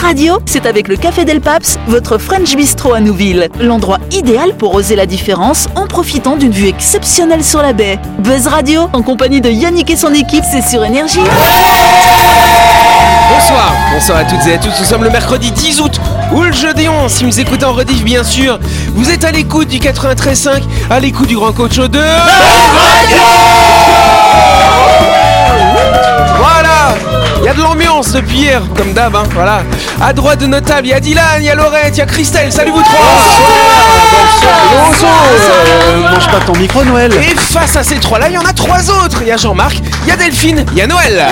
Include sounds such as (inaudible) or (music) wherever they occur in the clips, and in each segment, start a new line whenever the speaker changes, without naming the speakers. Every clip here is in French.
radio, c'est avec le Café Del Paps, votre French Bistro à Nouville. L'endroit idéal pour oser la différence en profitant d'une vue exceptionnelle sur la baie. Buzz Radio, en compagnie de Yannick et son équipe, c'est sur Énergie.
Bonsoir, bonsoir à toutes et à tous. Nous sommes le mercredi 10 août ou le jeudi 11 si vous écoutez en rediff bien sûr. Vous êtes à l'écoute du 93.5, à l'écoute du grand coach de Voilà, il y a de l'ambiance depuis hier, comme d'hab. hein, voilà. À droite de notre table, il y a Dylan, il y a Laurette, il y a Christelle. Salut vous trois.
Euh, mange pas ton micro, Noël.
Et face à ces trois-là, il y en a trois autres. Il y a Jean-Marc, il y a Delphine, il y a Noël.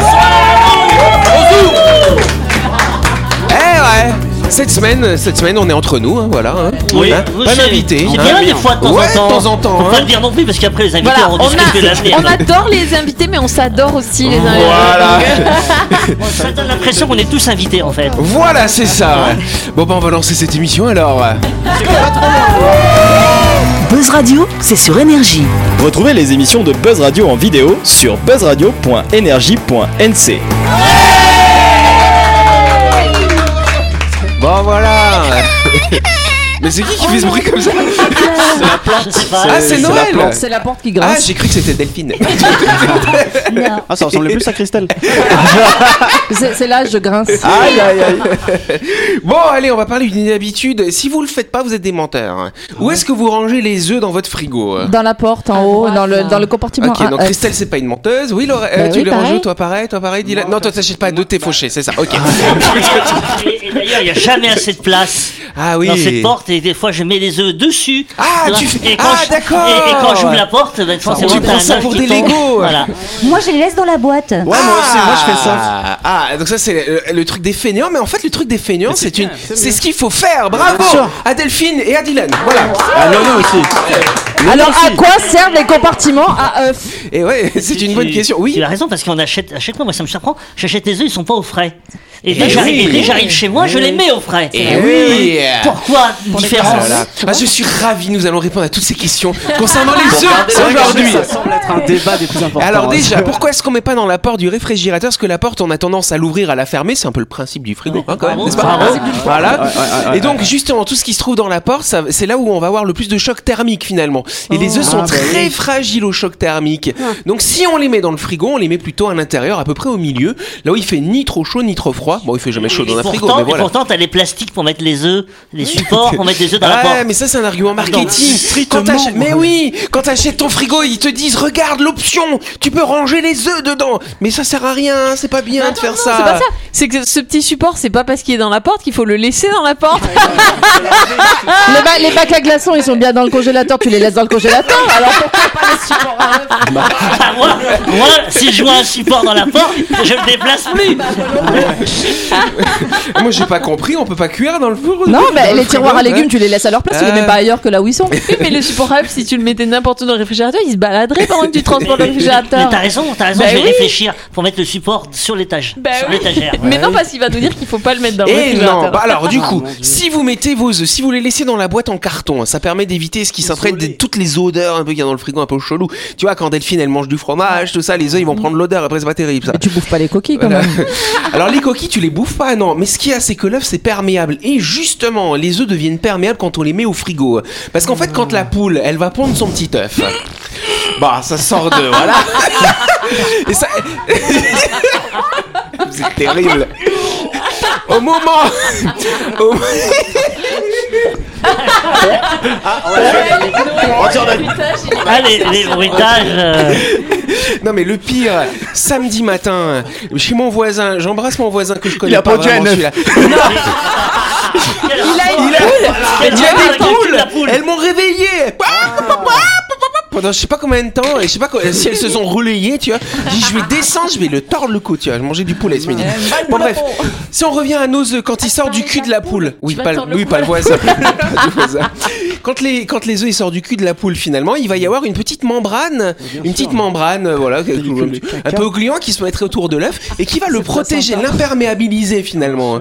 Eh ouais. Cette semaine, cette semaine, on est entre nous, hein, voilà. hein.
Oui,
Hein,
oui,
pas
c'est-
d'invité.
C'est bien
hein.
des fois de temps
Ouais,
en temps.
de temps en temps,
Faut
hein.
pas le dire non plus parce qu'après les invités
Voilà,
on
on,
discute de l'avenir.
a- on adore les invités, mais on s'adore aussi les uns les
Voilà.
Ça donne l'impression qu'on est tous invités en fait.
Voilà, c'est ça. ouais. Bon, bah, on va lancer cette émission alors.
Buzz Radio, c'est sur Énergie.
Retrouvez les émissions de Buzz Radio en vidéo sur buzzradio.energie.nc.
Bon, voilà. Mais c'est qui qui fait ce bruit comme ça
La plante, c'est pas.
Ah, c'est Noël.
C'est la porte qui
Ah,
grince.
j'ai cru que c'était Delphine.
Ah, ça ressemblait plus à Christelle.
C'est c'est là je grince.
Aïe, aïe, aïe.
Bon, allez, on va parler d'une habitude. Si vous le faites pas, vous êtes des menteurs. Où est-ce que vous rangez les œufs dans votre frigo
Dans la porte en
À
haut,
droite,
dans le,
là.
dans le compartiment.
Ok, donc
euh,
AF.
Christelle, c'est pas une menteuse. Oui, Laura,
Bah
euh, tu
oui,
les ranges
pareil.
où, toi pareil, toi pareil, Dylan Non, toi t'achètes pas d'œufs, t'es fauché, c'est ça. Ok.
Ah
Et, et d'ailleurs, il n'y a jamais assez de place
Ah oui.
dans cette porte et des fois je mets les œufs dessus.
Ah,
Voilà.
tu fais-
Et quand
Ah,
je-
d'accord.
Et, et quand j'ouvre la porte, ben, forcément,
Tu
t'as
prends
un
ça
œuf
pour
qui
des
tombe.
Legos.
Voilà.
Moi, je les laisse dans la boîte.
Ouais, moi aussi, moi je fais ça.
Ah, donc ça c'est le, le truc des feignants, mais en fait le truc des feignants c'est une, c'est ce qu'il faut faire. Bravo
Bien sûr.
à Delphine et à Dylan. Voilà.
Ah, non, non, aussi.
Alors à quoi servent les compartiments à œufs
Et ouais, (laughs) c'est
Tu-
une bonne
tu-
question.
Tu
Oui.
as raison parce qu'on achète à chaque fois, moi ça me surprend, j'achète les œufs, ils sont pas au frais. Et
Eh
dès que j'arrive-
oui.
et dès que j'arrive chez moi, je les mets au frais.
Et oui.
Pourquoi une
Ah,
différence
là là. Ah, je suis ravi, nous allons répondre à toutes ces questions (laughs) concernant les œufs aujourd'hui.
Ça semble être un débat des plus importants.
Alors déjà, pourquoi est-ce qu'on met pas dans la porte du réfrigérateur Parce que la porte, on a tendance à l'ouvrir, à la fermer. C'est un peu le principe du frigo, hein, quand même,
Bravo,
n'est-ce pas
bravo.
Voilà. Et donc justement, tout ce qui se trouve dans la porte, ça- c'est là où on va avoir le plus de choc thermique finalement. Et les œufs
Ah,
sont
bah Ah.
très fragiles au choc thermique. Donc si on les met dans le frigo, on les met plutôt à l'intérieur, à peu près au milieu, là où il fait ni trop chaud ni trop froid. Bon, il fait jamais chaud dans
Et
un frigo,
pourtant,
mais
et
voilà.
pourtant, t'as les plastiques pour mettre les œufs, les supports pour mettre les œufs dans la
Ouais,
porte.
mais ça c'est un argument marketing. Quand t'achètes- mais oui, quand t'achètes ton frigo, ils te disent regarde l'option, tu peux ranger les œufs dedans. Mais ça sert à rien, c'est pas bien de faire ça.
C'est pas ça. C'est que ce petit support, c'est pas parce qu'il est dans la porte qu'il faut le laisser dans la porte.
les, ba- les bacs à glaçons, ils sont bien dans le congélateur, tu les laisses dans le congélateur. Alors pourquoi pas les supports à œufs
Ah, moi, moi, si je vois un support dans la porte, je le déplace
(laughs)
plus.
(laughs) Moi j'ai pas compris, on peut pas cuire dans le four.
Non,
dans
mais
le
les
frigo,
tiroirs à
ouais.
légumes, tu les laisses à leur place, tu les
hein. Euh.
mets pas ailleurs que là où ils sont.
Oui, mais le support à œufs, si tu le mettais n'importe où dans le réfrigérateur, il se baladerait pendant que tu transportes
(laughs)
le
Mais
réfrigérateur.
t'as raison, t'as raison,
Bah
je vais
oui.
réfléchir pour mettre le support sur l'étage.
Bah
sur
oui. (laughs)
l'étagère.
Mais non, parce qu'il va nous dire qu'il faut pas le mettre dans le
Et
réfrigérateur.
non, bah alors du coup, si vous mettez vos œufs, si vous les laissez dans la boîte en carton, hein, ça permet d'éviter ce qui s'entraîne des- toutes les odeurs un peu qu'il y a dans le frigo un peu chelou. Tu vois, quand Delphine elle mange du fromage, tout ça, les œufs ils vont prendre l'odeur, après c'est pas terrible ça.
Tu bouffes pas les coquilles quand même.
(laughs)
Alors les coquilles, tu les bouffes pas, non. Mais ce qu'il y a, c'est que l'œuf c'est perméable. Et justement, les œufs deviennent perméables quand on les met au frigo. Parce qu'en fait, quand la poule, elle va pondre son petit
(laughs)
œuf. Bah, ça sort de voilà. Et ça. C'est Ah, terrible. Au moment. (laughs) Au- Oh,
Ah, les, les bruitages. euh,
Non mais le pire, samedi matin, chez mon voisin, j'embrasse mon voisin que je connais
Il a
pas
pondu un
vraiment, celui-là.
œuf.
quel
Il a-
quel
Il y a
rapport
des
avec le cul de la
poules Elles m'ont réveillé Ah, papa, papa, papa. Pendant je sais pas combien de temps, et je sais pas quoi- si elles se sont relayées, tu vois. J'ai dit, je vais descendre, je vais le tordre le cou, tu vois. Je mangeais du poulet ce midi. Bon, bref, si on revient à nos œufs, quand ils sortent du cul de la poule, oui,
vas
pas, le-
tordre le
oui,
cou
pas
à
le voisin. (laughs)
(laughs)
Pas du voisin. Quand les, quand les œufs ils sortent du cul de la poule, finalement, il va y avoir une petite membrane, une petite membrane, euh, voilà,
Pellicule de
un
caca.
peu gluant qui se mettrait autour de l'œuf et qui va le protéger, l'imperméabiliser finalement.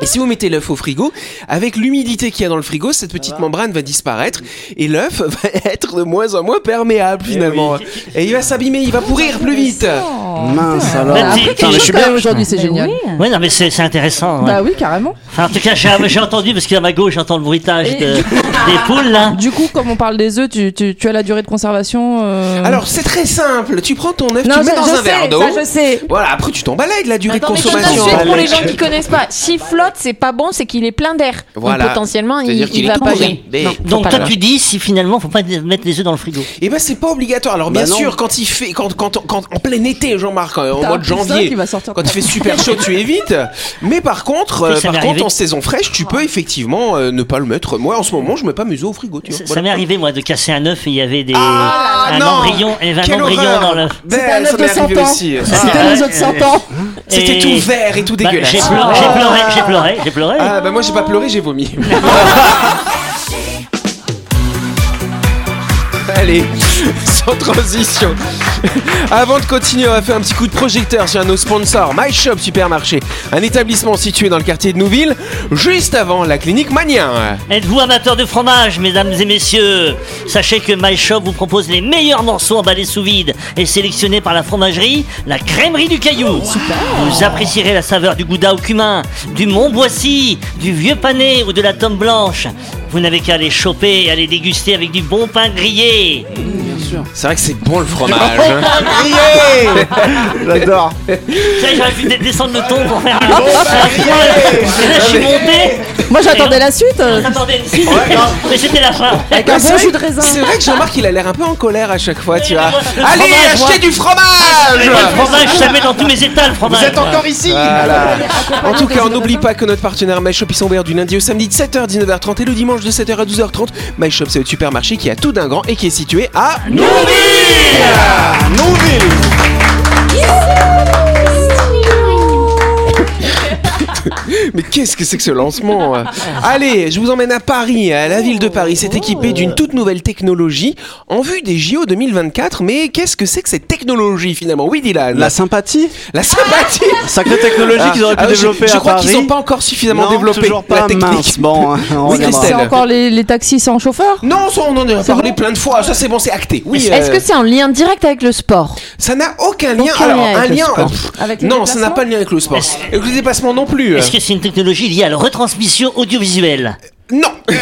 Et si vous mettez l'œuf au frigo, avec l'humidité qu'il y a dans le frigo, cette petite membrane va disparaître et (laughs) l'œuf va être de moins en moins perméable finalement. Et il va s'abîmer, il va pourrir plus vite.
Oh, Mince alors.
On a
Bah,
appris
dis-
quelque
dis-
chose
je suis
quand
bien-
même aujourd'hui, c'est
Bah
génial.
oui.
Oui, non, mais c'est c'est intéressant. ouais.
Bah oui, carrément.
Enfin, en tout cas, j'ai j'ai entendu, parce qu'à ma gauche, j'entends le bruitage
Et
(laughs)
de-
du
des poules, là.
Du coup, comme on parle des œufs, tu, tu, tu as la durée de conservation. euh,
Alors c'est très simple, tu prends ton œuf, tu
non,
le mets
ça,
dans
je
un
sais,
verre d'eau.
ça, je sais.
Voilà, après tu t'en balades la durée
Attends,
de
mais comme
consommation.
ça, pour les gens qui connaissent pas, s'il flotte, c'est pas bon, c'est qu'il est plein d'air.
Voilà.
Donc potentiellement, il,
C'est-à-dire qu'il
il
est
va
tout
pas
pourri.
bien.
Mais-
Non, faut
Donc
pas
toi
le
tu dis si finalement faut pas mettre les œufs dans le frigo.
Et ben c'est pas obligatoire. Alors
Bah
bien
non.
sûr, quand il fait, quand, quand, quand en plein été, Jean-Marc, hein, en
T'as
mois
un
de
poussin
janvier,
qui va sortir.
quand il fait super chaud, tu évites. Mais par contre,
Oui,
euh,
ça
par
m'est
contre,
arrivé.
en saison fraîche,
Ah.
tu peux effectivement euh, ne pas le mettre. Moi, en ce moment, je mets pas mes œufs au frigo. Tu vois.
Ça, ça
Voilà.
m'est arrivé moi de casser un œuf et il y avait des
Ah,
un
non.
embryon et un
Quelle
embryon
horreur.
dans l'œuf.
Ben,
C'était un
ça
œuf
m'est
de
arrivé
100 ans.
aussi. euh,
C'était les autres 100
(laughs)
ans.
C'était
Et-
tout vert et tout
Bah,
dégueulasse.
j'ai pleuré, j'ai pleuré, j'ai pleuré, j'ai pleuré.
Ah bah moi j'ai pas pleuré, j'ai vomi. (laughs) Allez, sans transition. Avant de continuer, on va faire un petit coup de projecteur sur un de nos sponsors, My Shop Supermarché, un établissement situé dans le quartier de Nouville, juste avant la clinique Magnien.
Êtes-vous amateur de fromage, mesdames et messieurs Sachez que My Shop vous propose les meilleurs morceaux emballés sous vide et sélectionnés par la fromagerie, la crèmerie du Caillou. Vous apprécierez la saveur du gouda au cumin, du Mont Boissy, du vieux pané ou de la tome blanche. Vous n'avez qu'à les choper et à les déguster avec du bon pain grillé.
C'est vrai que c'est bon le fromage. hein.
J'adore.
Tiens, j'aurais pu dé- descendre le ton pour faire un. un
bah,
point. Mais là, je suis monté.
Moi, j'attendais la suite. euh,
Attendez, mais c'était la fin.
Avec un
C'est
bon
vrai-
jus de raisin.
C'est vrai que Jean-Marc il a l'air un peu en colère à chaque fois, tu vois.
Le
Allez,
fromage, moi.
achetez du fromage
Le fromage, ça met dans tous mes états le fromage.
Vous êtes encore ici
Voilà. En tout cas, on n'oublie pas que notre partenaire MyShop, ils sont ouverts du lundi au samedi de 7h, 19h30 et le dimanche de 7h à 12h30. MyShop, c'est le supermarché qui a tout d'un grand et qui est situé à Mais qu'est-ce que c'est que ce lancement euh Allez, je vous emmène à Paris. Euh, La ville de Paris s'est équipée d'une toute nouvelle technologie en vue des JO 2024. Mais qu'est-ce que c'est que cette technologie finalement Oui, Dylan.
La sympathie
La sympathie
Sacrée technologie qu'ils auraient pu
Ah, je-
développer
Je,
à
crois
Paris.
qu'ils n'ont pas encore suffisamment
Non,
développé
toujours pas,
la technique.
mince. Bon, on
Oui,
reviendra.
C'est
Christelle.
encore les, les taxis sans chauffeur
Non, ça, on en a parlé plein de fois. Ah, Ça, c'est bon, c'est acté. Oui.
Est-ce
euh,
que c'est en lien direct avec
(laughs)
le sport
ça n'a aucun lien
Aucun
Alors,
lien
un
avec le
lien.
sport.
pff,
Avec les
non, ça n'a
déplacements
pas de lien avec le sport.
Est-ce-
Avec le dépassement non plus. euh.
Est-ce que c'est une technologie liée à la retransmission audiovisuelle
Non. Ah,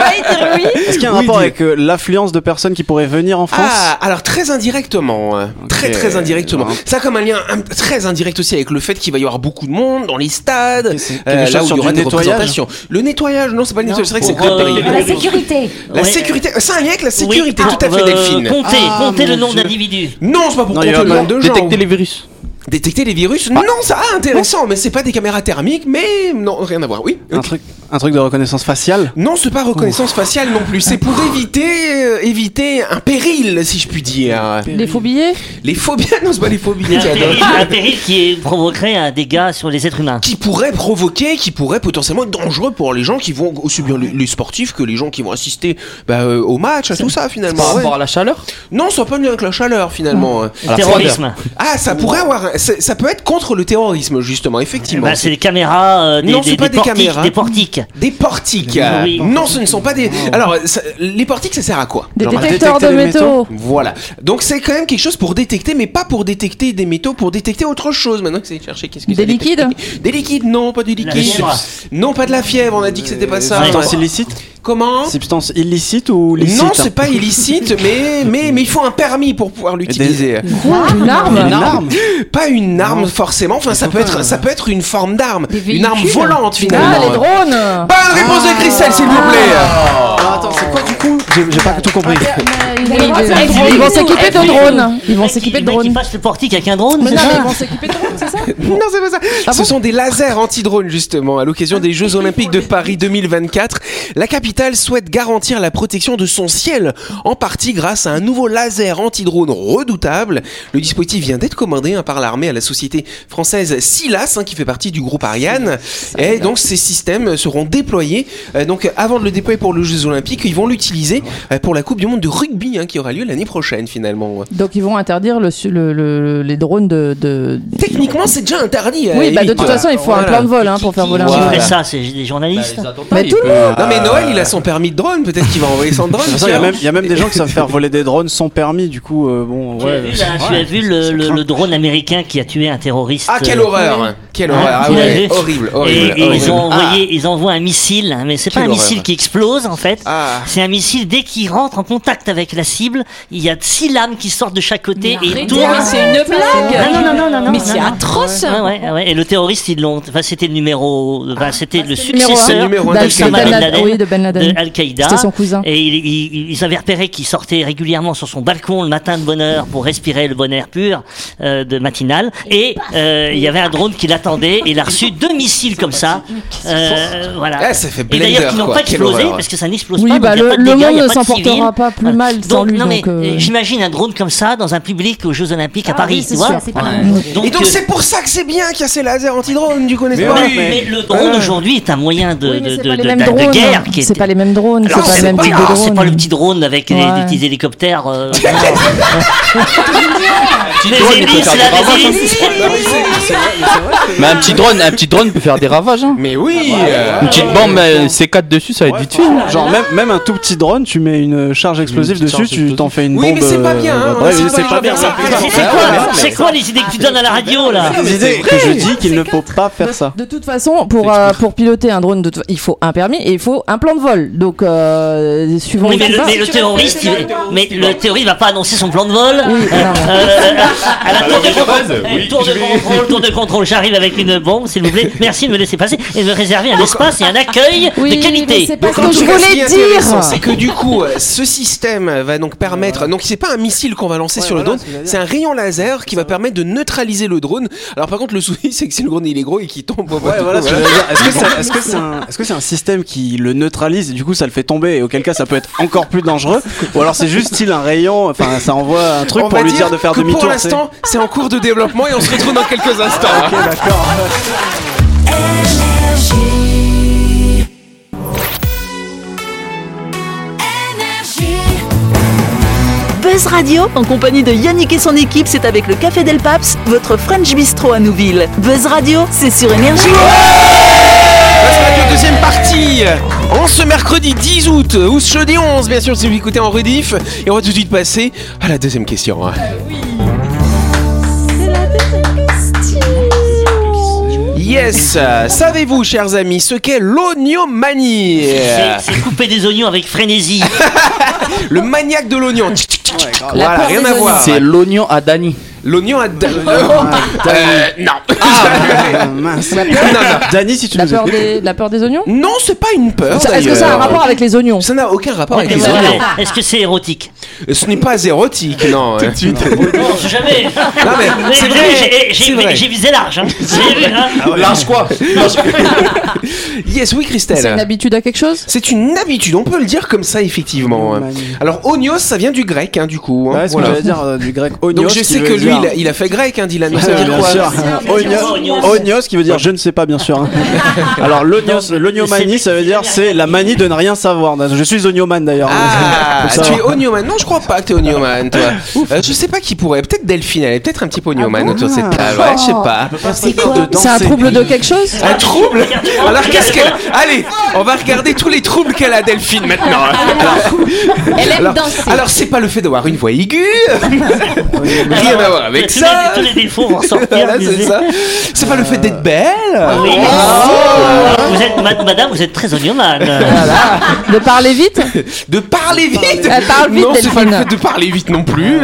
Ah,
Est-ce qu'il y a un
Oui,
rapport
dis-
avec euh, l'affluence de personnes qui pourraient venir en France
Ah, alors très indirectement, euh, très très indirectement.
Ouais.
Ça a comme un lien hum, très indirect aussi avec le fait qu'il va y avoir beaucoup de monde dans les stades,
Qu'est-ce que c'est
euh,
Quelque
là
chose
où il
sur
y aura
du
des
nettoyage
représentations. Le nettoyage, non, c'est pas le nettoyage. C'est vrai que c'est
Pour,
Claude
euh,
Berry.
La sécurité.
La
Ouais.
sécurité, euh, c'est un lien avec la
Oui,
sécurité,
pour,
tout à fait,
euh,
Delphine.
Comptez,
Ah,
comptez le
mon
nombre
Dieu.
d'individus.
Non, c'est pas pour
Non,
compter
il va
le
pas
nombre de gens.
détecter les virus.
Détecter les virus Non, ça ah, intéressant, mais c'est pas des caméras thermiques, mais non, rien à voir. Oui.
Un truc, un truc de reconnaissance faciale
Non, c'est pas reconnaissance faciale non plus. C'est pour éviter euh, éviter un péril, si je puis dire.
Les faux billets
Les phobies, (laughs) non, c'est pas les phobies.
Un
tiens,
péril,
non.
un péril qui est- provoquerait un dégât sur les êtres humains.
Qui pourrait provoquer, qui pourrait potentiellement être dangereux pour les gens qui vont subir les, les sportifs, que les gens qui vont assister bah, euh, au match, à tout ça finalement. Ouais.
la chaleur
Non, ça n'a pas de lien avec la chaleur finalement.
Le terrorisme.
Ah, ça pourrait avoir, un- c'est- ça peut être contre le terrorisme justement, effectivement.
Bah, c'est des caméras, euh, des,
Non, c'est
des-
pas
des
des
portiques,
caméras.
des portiques.
Des portiques.
Oui.
Non, ce ne sont pas des. Alors, ça- les portiques, ça sert à quoi
Des
Jean-Marc
détecteurs de
détecter les
métaux
Voilà. Donc c'est quand même quelque chose pour détecter, mais pas pour détecter des métaux, pour détecter autre chose. Maintenant que c'est chercher, qu'est-ce que
Des
ça détecte
liquides
Des liquides, non, pas du
La
liquide.
fièvre.
Non, pas de la fièvre. On a dit que c'était pas ça.
Substance illicite
Comment
Substance illicite ou licite
Non,
hein
c'est pas illicite, mais mais mais il faut un permis pour pouvoir l'utiliser.
Quoi Une
Une
arme
arme
Pas une arme forcément. Enfin, ça peut être ça peut être une forme d'arme, une arme volante
Ah,
finalement.
les drones
Bonne réponse de Christelle, s'il vous plaît.
Ah, Attends, c'est quoi du coup J'ai j'ai pas tout compris.
Ils vont s'équiper de drones Ils vont s'équiper de
Le mec qui
drones
passe le portique avec un drone, c'est
Non, mais
ça
ils vont s'équiper de drones, c'est ça
Non, c'est pas ça.
Ah
Ce sont des lasers anti-drones, justement. À l'occasion des Jeux Olympiques de Paris 2024, la capitale souhaite garantir la protection de son ciel, en partie grâce à un nouveau laser anti-drone redoutable. Le dispositif vient d'être commandé hein, par l'armée à la société française SILAS, hein, qui fait partie du groupe Ariane. Et donc, ces systèmes seront déployés. euh, donc, avant de le déployer pour les Jeux Olympiques, ils vont l'utiliser euh, pour la Coupe du Monde de rugby, hein, qui aura lieu l'année prochaine, finalement.
Donc ils vont interdire le, su- le- le- les drones de... de-
Techniquement, c'est déjà interdit. euh,
Oui, bah de
Eric.
toute façon, il faut un
Voilà.
plan de vol hein, pour faire voler un
Qui
drone.
ferait ça C'est des journalistes
Mais tout le monde
Non mais Noël il a a son permis de drone, peut-être qu'il va envoyer son drone.
De toute façon, Il y, a même- il y a même des gens qui savent faire voler des drones sans permis, du coup, euh, bon,
Tu as
ouais.
vu, là, tu as vu le, le- le drone américain qui a tué un terroriste
Ah, quelle
euh,
horreur Quelle
hein,
horreur Ah
tu l'as
ouais,
vu
horrible,
Et,
horrible.
et
horrible. Ah.
ils ont envoyé, ils envoient un missile, hein, mais c'est pas un
Quelle
missile
horreur.
qui explose en fait.
Ah.
C'est un missile dès qu'il rentre en contact avec la cible, il y a six lames qui sortent de chaque côté et ils
Arrêtez,
tournent.
mais c'est une blague.
Non, non, non, non, non,
Mais
non,
c'est
non.
atroce.
Ouais, ouais, ouais. Et le terroriste, ils l'ont. Enfin, c'était le numéro. Enfin, c'était le
numéro un.
C'est le Ah.
successeur
numéro un
D'Al-
d'Al-Qaïda.
de Ben
Osama
Laden. Oui, de Ben Laden.
de Al-Qaïda.
C'était son cousin.
Et il- il- ils avaient repéré qu'il sortait régulièrement sur son balcon le matin de bonne heure pour respirer le bon air pur euh, de matinal. Et euh, il y avait un drone qui l'attendait et il a reçu deux missiles comme ça. Euh, voilà.
Ah, ça fait
Et d'ailleurs, qui
blender,
n'ont
quoi.
pas
Quelle
explosé
horreur.
parce que ça n'explose
Oui,
pas. donc
bah,
il y a
le-
pas de
le
dégâts, il y a
monde
pas
ne
de
s'en
civils.
portera pas plus mal sans
donc,
lui,
non, mais
donc, euh,
euh, j'imagine un drone comme ça dans un public aux Jeux Olympiques à
Ah
Paris,
oui,
tu
c'est
vois.
sûr, c'est pas
Ouais.
mal.
Ah. Et donc,
euh,
c'est pour ça que c'est bien qu'il y a ces lasers anti-drones, du coup, n'est-ce pas
oui, mais le drone aujourd'hui est un moyen de,
Oui, mais
de,
c'est
de-
pas les
de-
mêmes
de
drones. hein.
guerre qui
C'est
était-
pas les mêmes drones,
Alors,
c'est pas
c'est
le même
pas-
type
ah,
de
Ah,
drone.
c'est pas le petit drone avec les-
Ouais.
les petits hélicoptères.
(laughs)
euh, non.
drone,
les
il peut
hélices,
faire
là,
des ravages,
les hélices.
Ah,
Mais un petit drone, un petit drone peut faire des ravages. Hein.
Mais oui euh,
Une petite bombe euh, C4 dessus, ça va être vite fait.
Genre, même, même un tout petit drone, tu mets une charge explosive
petite
dessus,
charge
tu t'en fais une
Oui,
bombe.
mais c'est pas
euh,
bien, hein,
ouais,
on
mais
laisse
c'est
pas
pas
les
bien
gens
ça.
faire ça.
C'est- C'est quoi, c'est quoi les idées que tu donnes à la radio là
Les idées que je dis qu'il ne faut pas faire ça.
De toute façon, pour, euh, pour piloter un drone, de toute fa- il faut un permis et il faut un plan de vol. Donc, euh, suivant
Oui,
où
mais
tu
le,
vas-
mais le terroriste, il, mais le terroriste va pas annoncer son plan de vol.
Oui,
Euh,
non, mais-
euh, à la tour de
Alors,
contrôle,
de Ah, base,
Eh,
oui,
tour de
je vais-
contrôle, tour de contrôle, j'arrive avec une bombe, s'il vous plaît. Merci de me laisser passer et de me réserver un espace et un accueil
Oui,
de
mais
qualité.
C'est pas ce
en
que
tout
je
cas, ce qui est
voulais
intéressant, C'est
dire.
que du coup, euh, ce système va donc permettre. Donc, c'est pas un missile qu'on va lancer
Ouais,
sur le
voilà
drone,
ce que j'allais
c'est un rayon laser qui va permettre de neutraliser le drone. Alors, par contre, le souci, (laughs) c'est que si le drone il est gros et qu'il tombe, bah, du
Ouais,
coup,
voilà ce que
voilà.
j'allais dire. Est-ce que c'est est-ce que c'est un, est-ce que c'est un système qui le neutralise et du coup ça le fait tomber et auquel cas ça peut être encore plus dangereux Ou alors c'est juste il un rayon, enfin ça envoie un truc
On
pour
va
lui dire de faire
que
demi-tour.
Pour
tu sais. Ah.
l'instant, c'est en cours de développement et on se retrouve dans quelques instants.
Buzz Radio, en compagnie de Yannick et son équipe, c'est avec le Café Del Paps, votre French Bistro à Nouville. Buzz Radio, c'est sur Énergie.
Place Radio, deuxième partie. En ce mercredi 10 août, ou ce jeudi 11, bien sûr, si vous l'écoutez en rediff. Et on va tout de suite passer à la deuxième question. Yes, savez-vous, chers amis, ce qu'est l'oignomanie
C'est c'est couper des oignons avec frénésie.
(laughs)
Le maniaque de l'oignon.
La
Voilà,
peur
rien
des
à voir.
C'est l'oignon à Dani.
L'oignon à. Euh, non.
Ah, mince.
Non, non.
(laughs) Dani, si tu
La
nous
peur
écoutes.
des, la peur des oignons
Non, c'est pas une peur.
Ça- Est-ce que ça a un
Ah, d'ailleurs.
rapport avec les oignons
Ça n'a aucun rapport avec les oignons.
Est-ce que c'est érotique
Ce n'est pas érotique,
(laughs)
non. hein.
Non, je sais (laughs) jamais.
Non, mais
Mais
c'est
j'ai-
vrai.
j'ai-
c'est
j'ai-
vrai.
J'ai visé large. Hein. J'ai vu, hein.
Lâche quoi
Yes, oui,
C'est une
Christelle.
habitude à quelque chose
C'est une habitude, on peut le dire comme ça, effectivement. hein.
Manie.
Alors, onios, ça vient du grec, hein, du coup. hein,
Ouais, ce que
voilà.
j'allais dire euh, du grec oignos.
Donc, je
qui
sais
veut
que lui,
dire-
il a, il a fait grec, hein, Dylan. mais ça veut
Ouais,
dire
bien
quoi
sûr.
Oignos.
Oignos, oignos qui veut dire je ne sais pas bien sûr. hein. (laughs) Alors l'oignos, l'oignomanie ça veut dire c'est la manie de ne rien savoir. Je suis oignomane d'ailleurs.
Ah,
(laughs) Faut
tu
savoir.
es onioman. Non, je crois pas que t'es onioman, toi.
(laughs)
Euh, je sais pas qui pourrait. Peut-être Delphine, elle est peut-être un petit peu
Ah
onioman autour de cette table. Ouais, je
Oh.
sais pas.
C'est quoi
dedans,
C'est un
c'est
trouble de quelque chose
Ah,
Un trouble Alors, qu'est-ce qu'elle.
Oh,
Allez, on va regarder tous les troubles qu'elle a, Delphine, maintenant.
Ah, Elle aime
Alors,
danser.
alors, c'est pas le fait d'avoir une voix aiguë. (laughs) Rien à voir avec
Tous
ça.
les- Tous les défauts
(laughs)
vont ressortir.
Voilà,
vous
c'est
savez.
ça. C'est pas le fait d'être belle.
Ah
Oui.
Oh.
Vous êtes, ma- madame, vous êtes très oignonade.
De parler vite
De parler vite.
Elle parle vite,
non, c'est pas le
Delphine.
fait de parler vite non plus.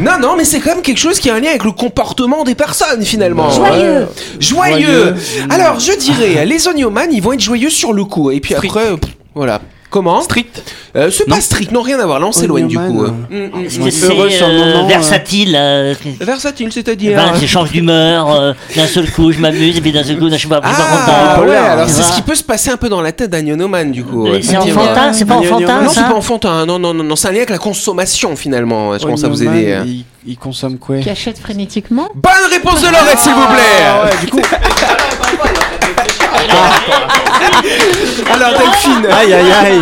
Non, non, mais c'est quand même quelque chose qui a un lien avec le comportement des personnes finalement.
Joyeux.
Joyeux. Alors, je dirais, les oniomanes, ils vont être joyeux sur le coup. Et puis après, euh, pff, voilà. Comment Strict C'est pas strict, non, rien à voir. Là, on s'éloigne du coup.
Onioman,
Mm, mm.
Est-ce que
Heureux
c'est
sur le
euh,
hein.
moment, euh.
versatile euh,
Versatile, c'est-à-dire. hein.
ben, Je change d'humeur, euh, d'un seul coup je m'amuse et puis d'un seul coup je suis pas, je suis pas
Ah,
content.
ouais,
Bipolaire.
alors
Tu
c'est
vois.
ce qui peut se passer un peu dans la tête d'un oignonomane, du coup.
Mais C'est
effectivement.
enfantin, c'est pas
Oignon,
enfantin
Non, c'est
ça
pas enfantin, hein. non, non, non, non, c'est un lien avec la consommation finalement. Je pense à vous
Oignomane,
aider. hein.
il- Il consomme quoi
Qui achète frénétiquement
Bonne réponse de Laurette, s'il vous
Ah
plaît
ouais, du coup.
Alors, Delphine,
Aïe aïe aïe.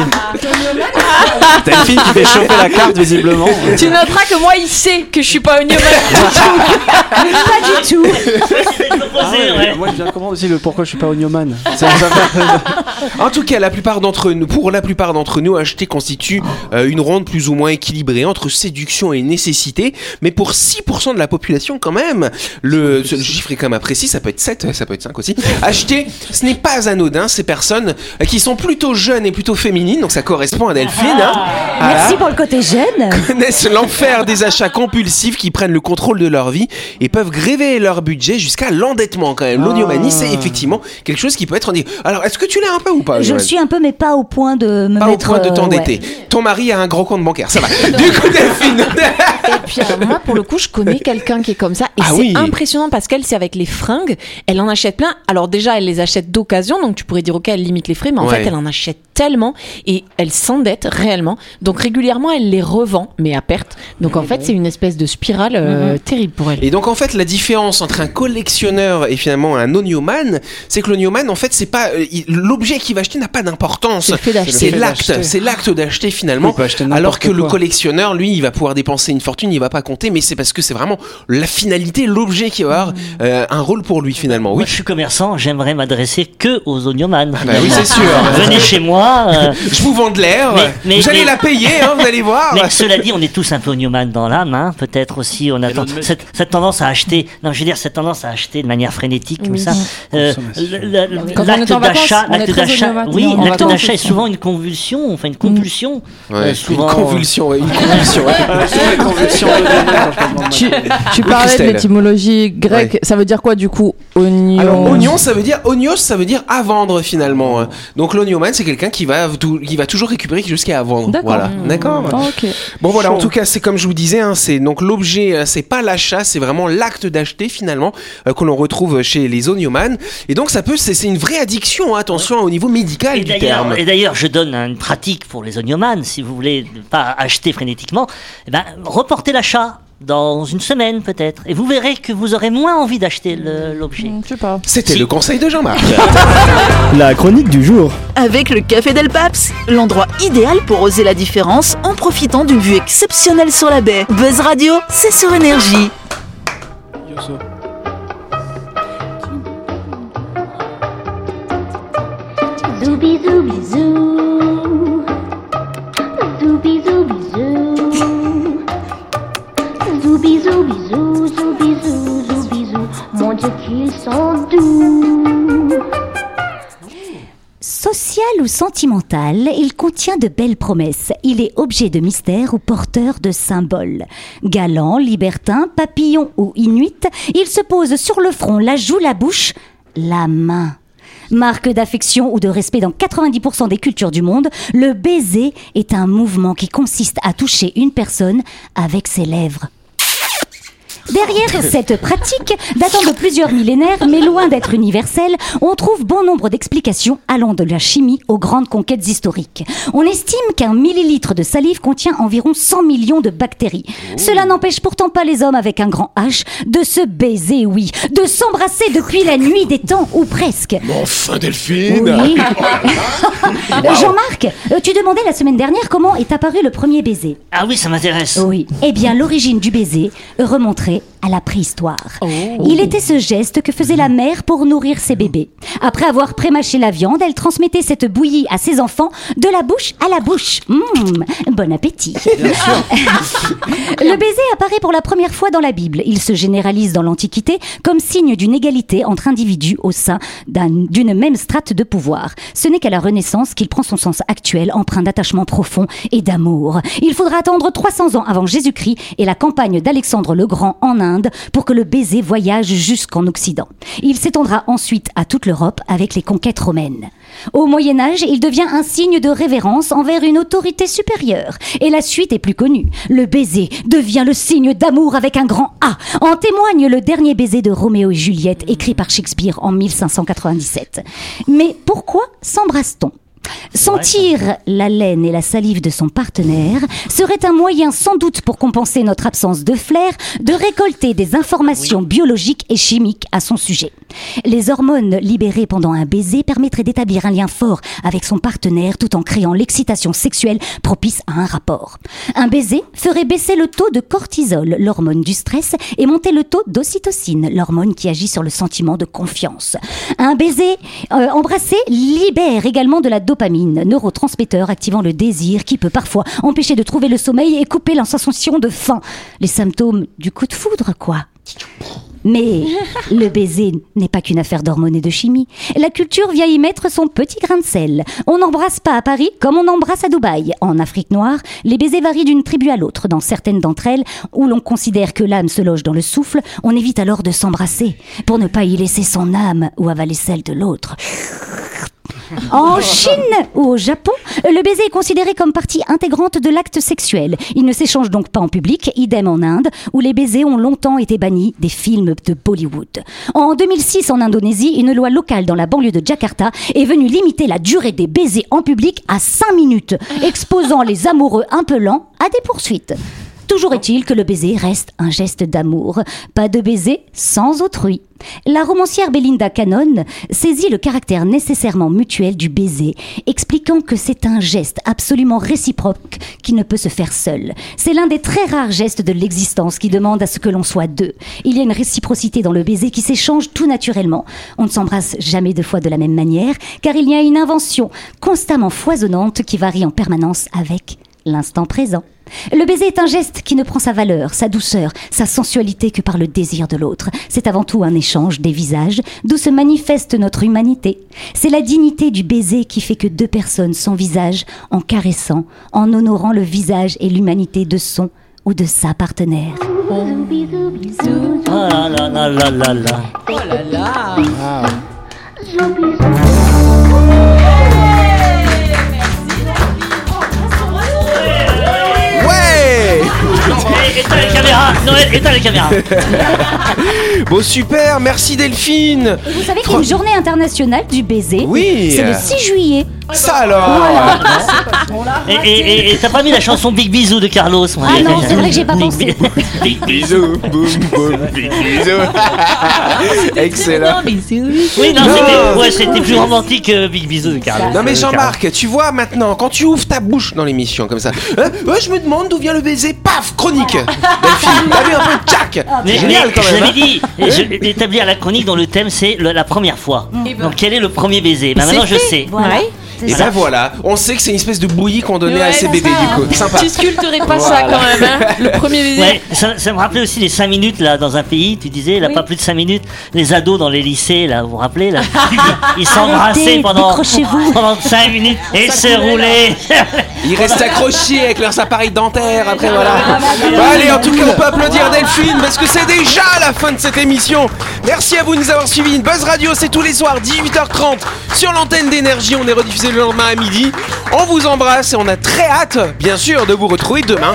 T'as une fille qui fait chauffer la carte visiblement.
Tu noteras que moi, il sait que je suis pas oignon.
Pas du tout.
C'est peut-être
Ah
proposé,
ouais,
ouais.
Moi, je viens de comprendre aussi le pourquoi je suis pas (laughs) ognoman.
En tout cas, la plupart d'entre nous, pour la plupart d'entre nous, acheter constitue euh, une ronde plus ou moins équilibrée entre séduction et nécessité. Mais pour 6% de la population, quand même, le, ce- le chiffre est quand même apprécié. Ça peut être 7, ça peut être 5 aussi. Acheter, ce n'est pas anodin. Ces personnes euh, qui sont plutôt jeunes et plutôt féminines, donc ça correspond à Delphine, hein,
Merci pour le côté jeune.
Ah connaissent l'enfer des achats compulsifs qui prennent le contrôle de leur vie et peuvent gréver leur budget jusqu'à l'endettement quand même. L'audiomanie, c'est effectivement quelque chose qui peut être... en- Alors, est-ce que tu l'as un peu ou pas
Ah. Je le
Joël
suis un peu, mais pas au point de me
pas au
mettre.
point de
euh,
t'endetter.
ouais.
Ton mari a un grand compte bancaire,
(laughs)
ça va. du coup, Delphine.
(laughs) Et puis alors, moi, pour le coup, je connais quelqu'un qui est comme ça. Et
Ah
c'est
oui.
impressionnant parce qu'elle, c'est avec les fringues, elle en achète plein. Alors déjà, elle les achète d'occasion, donc tu pourrais dire, ok, elle limite les frais, mais en
Ouais.
fait, elle en achète tellement et elle s'endette réellement. Donc régulièrement, elle les revend, mais à perte. Donc
Eh
en fait, c'est une espèce de spirale euh,
Mm-hmm.
terrible pour elle.
Et donc, en fait, la différence entre un collectionneur et finalement un onioman, c'est que l'onioman, en fait, c'est pas euh, il- l'objet qu'il va acheter n'a pas d'importance.
C'est le fait d'acheter.
C'est
Le fait
l'acte,
d'acheter.
c'est l'acte d'acheter finalement.
Il peut acheter n'importe
Alors que le
quoi.
collectionneur, lui, il va pouvoir dépenser une fortune, il va pas compter, mais c'est parce que c'est vraiment la finalité, l'objet qui va avoir euh, un rôle pour lui finalement. Oui.
Moi, je suis commerçant, j'aimerais m'adresser que aux oignomans.
Bah oui, c'est sûr.
Venez chez moi. euh,
(laughs) Je vous vends de l'air.
Mais- mais-
vous allez
mais-
la payer, hein, vous allez voir.
Mais cela dit, on est tous un peu oignomans dans l'âme, hein. peut-être aussi. On attend cette, cette tendance à acheter. Non, je veux dire cette tendance à acheter de manière frénétique comme ça. Euh,
Consommation.
l- l-
Quand on
L'acte
est en vacances,
d'achat,
on est
l'acte
très
d'achat,
oignomate.
oui,
On est en
l'acte
vacances
d'achat est
aussi.
souvent une convulsion, enfin
Mm.
une compulsion.
Ouais,
euh, souvent, euh,
une convulsion, ouais, une convulsion.
(laughs)
ouais.
Ah,
Tu, tu
Oui,
parlais de
Christelle.
l'étymologie grecque,
Ouais.
ça veut dire quoi du coup Oignon.
Alors oignon, ça veut dire ognos, ça veut dire à vendre finalement. hein. Donc l'ognioman, c'est quelqu'un qui va tou- qui va toujours récupérer quelque chose qui est à vendre.
D'accord.
Voilà.
Mmh.
D'accord.
Oh,
Ah, ok.
Bon voilà, en tout cas, c'est comme je vous disais, hein, c'est donc l'objet, euh, c'est pas l'achat, c'est vraiment l'acte d'acheter finalement euh, que l'on retrouve chez les oniomanes. Et donc ça peut, c'est c'est une vraie addiction, hein, attention au niveau médical
Et
du terme.
d'ailleurs, et d'ailleurs, je donne une pratique pour les oignomans, si vous voulez ne pas acheter frénétiquement, eh ben, reportez l'achat dans une semaine peut-être, et vous verrez que vous aurez moins envie d'acheter le- l'objet.
Hmm, Je sais pas.
C'était
Si.
le conseil
(laughs)
de Jean-Marc.
La chronique du jour.
Avec le Café Del Paps, l'endroit idéal pour oser la différence en profitant d'une vue exceptionnelle sur la baie. Buzz Radio, c'est sur énergie.
Mon Dieu, qu'ils sont doux. Social ou sentimental, il contient de belles promesses. Il est objet de mystère ou porteur de symboles. Galant, libertin, papillon ou inuit, il se pose sur le front, la joue, la bouche, la main. Marque d'affection ou de respect dans 90% des cultures du monde, le baiser est un mouvement qui consiste à toucher une personne avec ses lèvres. Derrière cette pratique, datant de plusieurs millénaires, mais loin d'être universelle, on trouve bon nombre d'explications allant de la chimie aux grandes conquêtes historiques. On estime qu'un millilitre de salive contient environ 100 millions de bactéries. Cela n'empêche pourtant pas les hommes avec un grand H de se baiser, oui, de s'embrasser depuis la nuit des temps, ou presque.
Enfin Delphine. (laughs) Oh
Oui. (laughs) Jean-Marc, euh, tu demandais la semaine dernière comment est apparu le premier baiser.
Ah oui, ça m'intéresse.
Oh.
Oui. Eh bien, l'origine du baiser remonterait à la préhistoire. Il était ce geste que faisait la mère pour nourrir ses bébés. Après avoir prémâché la viande, elle transmettait cette bouillie à ses enfants de la bouche à la bouche. Mmh, bon appétit. Le baiser apparaît pour la première fois dans la Bible. Il se généralise dans l'Antiquité comme signe d'une égalité entre individus au sein d'un- d'une même strate de pouvoir. Ce n'est qu'à la Renaissance qu'il prend son sens actuel, empreint d'attachement profond et d'amour. Il faudra attendre 300 ans avant Jésus-Christ et la campagne d'Alexandre le Grand en Inde pour que le baiser voyage jusqu'en Occident. Il s'étendra ensuite à toute l'Europe avec les conquêtes romaines. Au Moyen Âge, il devient un signe de révérence envers une autorité supérieure. Et la suite est plus connue. Le baiser devient le signe d'amour avec un grand A. En témoigne le dernier baiser de Roméo et Juliette, écrit par Shakespeare en 1597. Mais pourquoi s'embrasse-t-on Sentir l'haleine et la salive de son partenaire serait un moyen sans doute pour compenser notre absence de flair de récolter des informations biologiques et chimiques à son sujet. Les hormones libérées pendant un baiser permettraient d'établir un lien fort avec son partenaire tout en créant l'excitation sexuelle propice à un rapport. Un baiser ferait baisser le taux de cortisol, l'hormone du stress, et monter le taux d'ocytocine, l'hormone qui agit sur le sentiment de confiance. Un baiser euh, embrassé libère également de la dopamine, neurotransmetteur activant le désir qui peut parfois empêcher de trouver le sommeil et couper la sensation de faim. Les symptômes du coup de foudre, quoi. Mais le baiser n'est pas qu'une affaire d'hormones et de chimie. La culture vient y mettre son petit grain de sel. On n'embrasse pas à Paris comme on embrasse à Dubaï. En Afrique noire, les baisers varient d'une tribu à l'autre. Dans certaines d'entre elles, où l'on considère que l'âme se loge dans le souffle, on évite alors de s'embrasser pour ne pas y laisser son âme ou avaler celle de l'autre. En Chine ou au Japon, le baiser est considéré comme partie intégrante de l'acte sexuel. Il ne s'échange donc pas en public, idem en Inde, où les baisers ont longtemps été bannis des films de Bollywood. En 2006, en Indonésie, une loi locale dans la banlieue de Jakarta est venue limiter la durée des baisers en public à 5 minutes, exposant les amoureux un peu lents à des poursuites. Toujours est-il que le baiser reste un geste d'amour. Pas de baiser sans autrui. La romancière Belinda Cannon saisit le caractère nécessairement mutuel du baiser, expliquant que c'est un geste absolument réciproque qui ne peut se faire seul. C'est l'un des très rares gestes de l'existence qui demande à ce que l'on soit deux. Il y a une réciprocité dans le baiser qui s'échange tout naturellement. On ne s'embrasse jamais deux fois de la même manière, car il y a une invention constamment foisonnante qui varie en permanence avec l'instant présent. Le baiser est un geste qui ne prend sa valeur, sa douceur, sa sensualité que par le désir de l'autre. C'est avant tout un échange des visages d'où se manifeste notre humanité. C'est la dignité du baiser qui fait que deux personnes s'envisagent en caressant, en honorant le visage et l'humanité de son ou de sa partenaire.
Ah là là là là là.
Ouais
Eh, Éteins les caméras, Noël, éteins les caméras.
Bon, super, merci Delphine
Vous savez qu'il y a
Trois-
une journée internationale du baiser
Oui. euh,
C'est le 6 juillet.
Ça alors
Et- Et et- et t'as pas mis la chanson Big Bisou de Carlos moi.
Ah non, c'est vrai que j'ai pas pensé.
Big Bi-
Bisous, boum, boum, big bisous Excellent
Oui, non,
Non.
c'était ouais, c'était plus romantique que Big Bisou de Carlos.
non mais Jean-Marc, tu vois maintenant, quand tu ouvres ta bouche dans l'émission comme ça, euh, euh, je me demande d'où vient le baiser, paf, chronique Delphine, t'as vu un peu de Jack
Mais,
Génial
Ah, mais
quand
je
même
l'avais
hein.
dit, je- établir la chronique dont le thème c'est le- la première fois. Donc quel est le premier baiser Bah, Maintenant je sais.
ben. Voilà.
Et ben voilà, on sait que c'est une espèce de bouillie qu'on donnait
Ouais,
à ces
c'est
bébés
ça,
du coup, sympa
Tu sculpterais pas ça quand même, hein Le premier baiser.
Ouais, ça, ça me rappelait aussi les 5 minutes là dans un pays, tu disais, là pas plus de 5 minutes, les ados dans les lycées là, vous vous rappelez
(laughs)
là Ils- Ils s'embrassaient
Arrêtez,
pendant
décrochez-vous.
pendant 5 minutes et se roulaient.
Ils restent accrochés avec leurs appareils dentaires après voilà. Bah, allez, en tout cas, on peut applaudir Delphine parce que c'est déjà la fin de cette émission. Merci à vous de nous avoir suivis. Buzz Radio, c'est tous les soirs 18h30 sur l'antenne d'énergie. On est rediffusé le lendemain à midi. On vous embrasse et on a très hâte, bien sûr, de vous retrouver demain.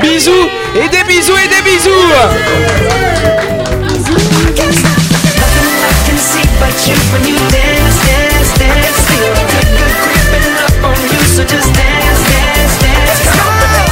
Bisous et des bisous et des bisous.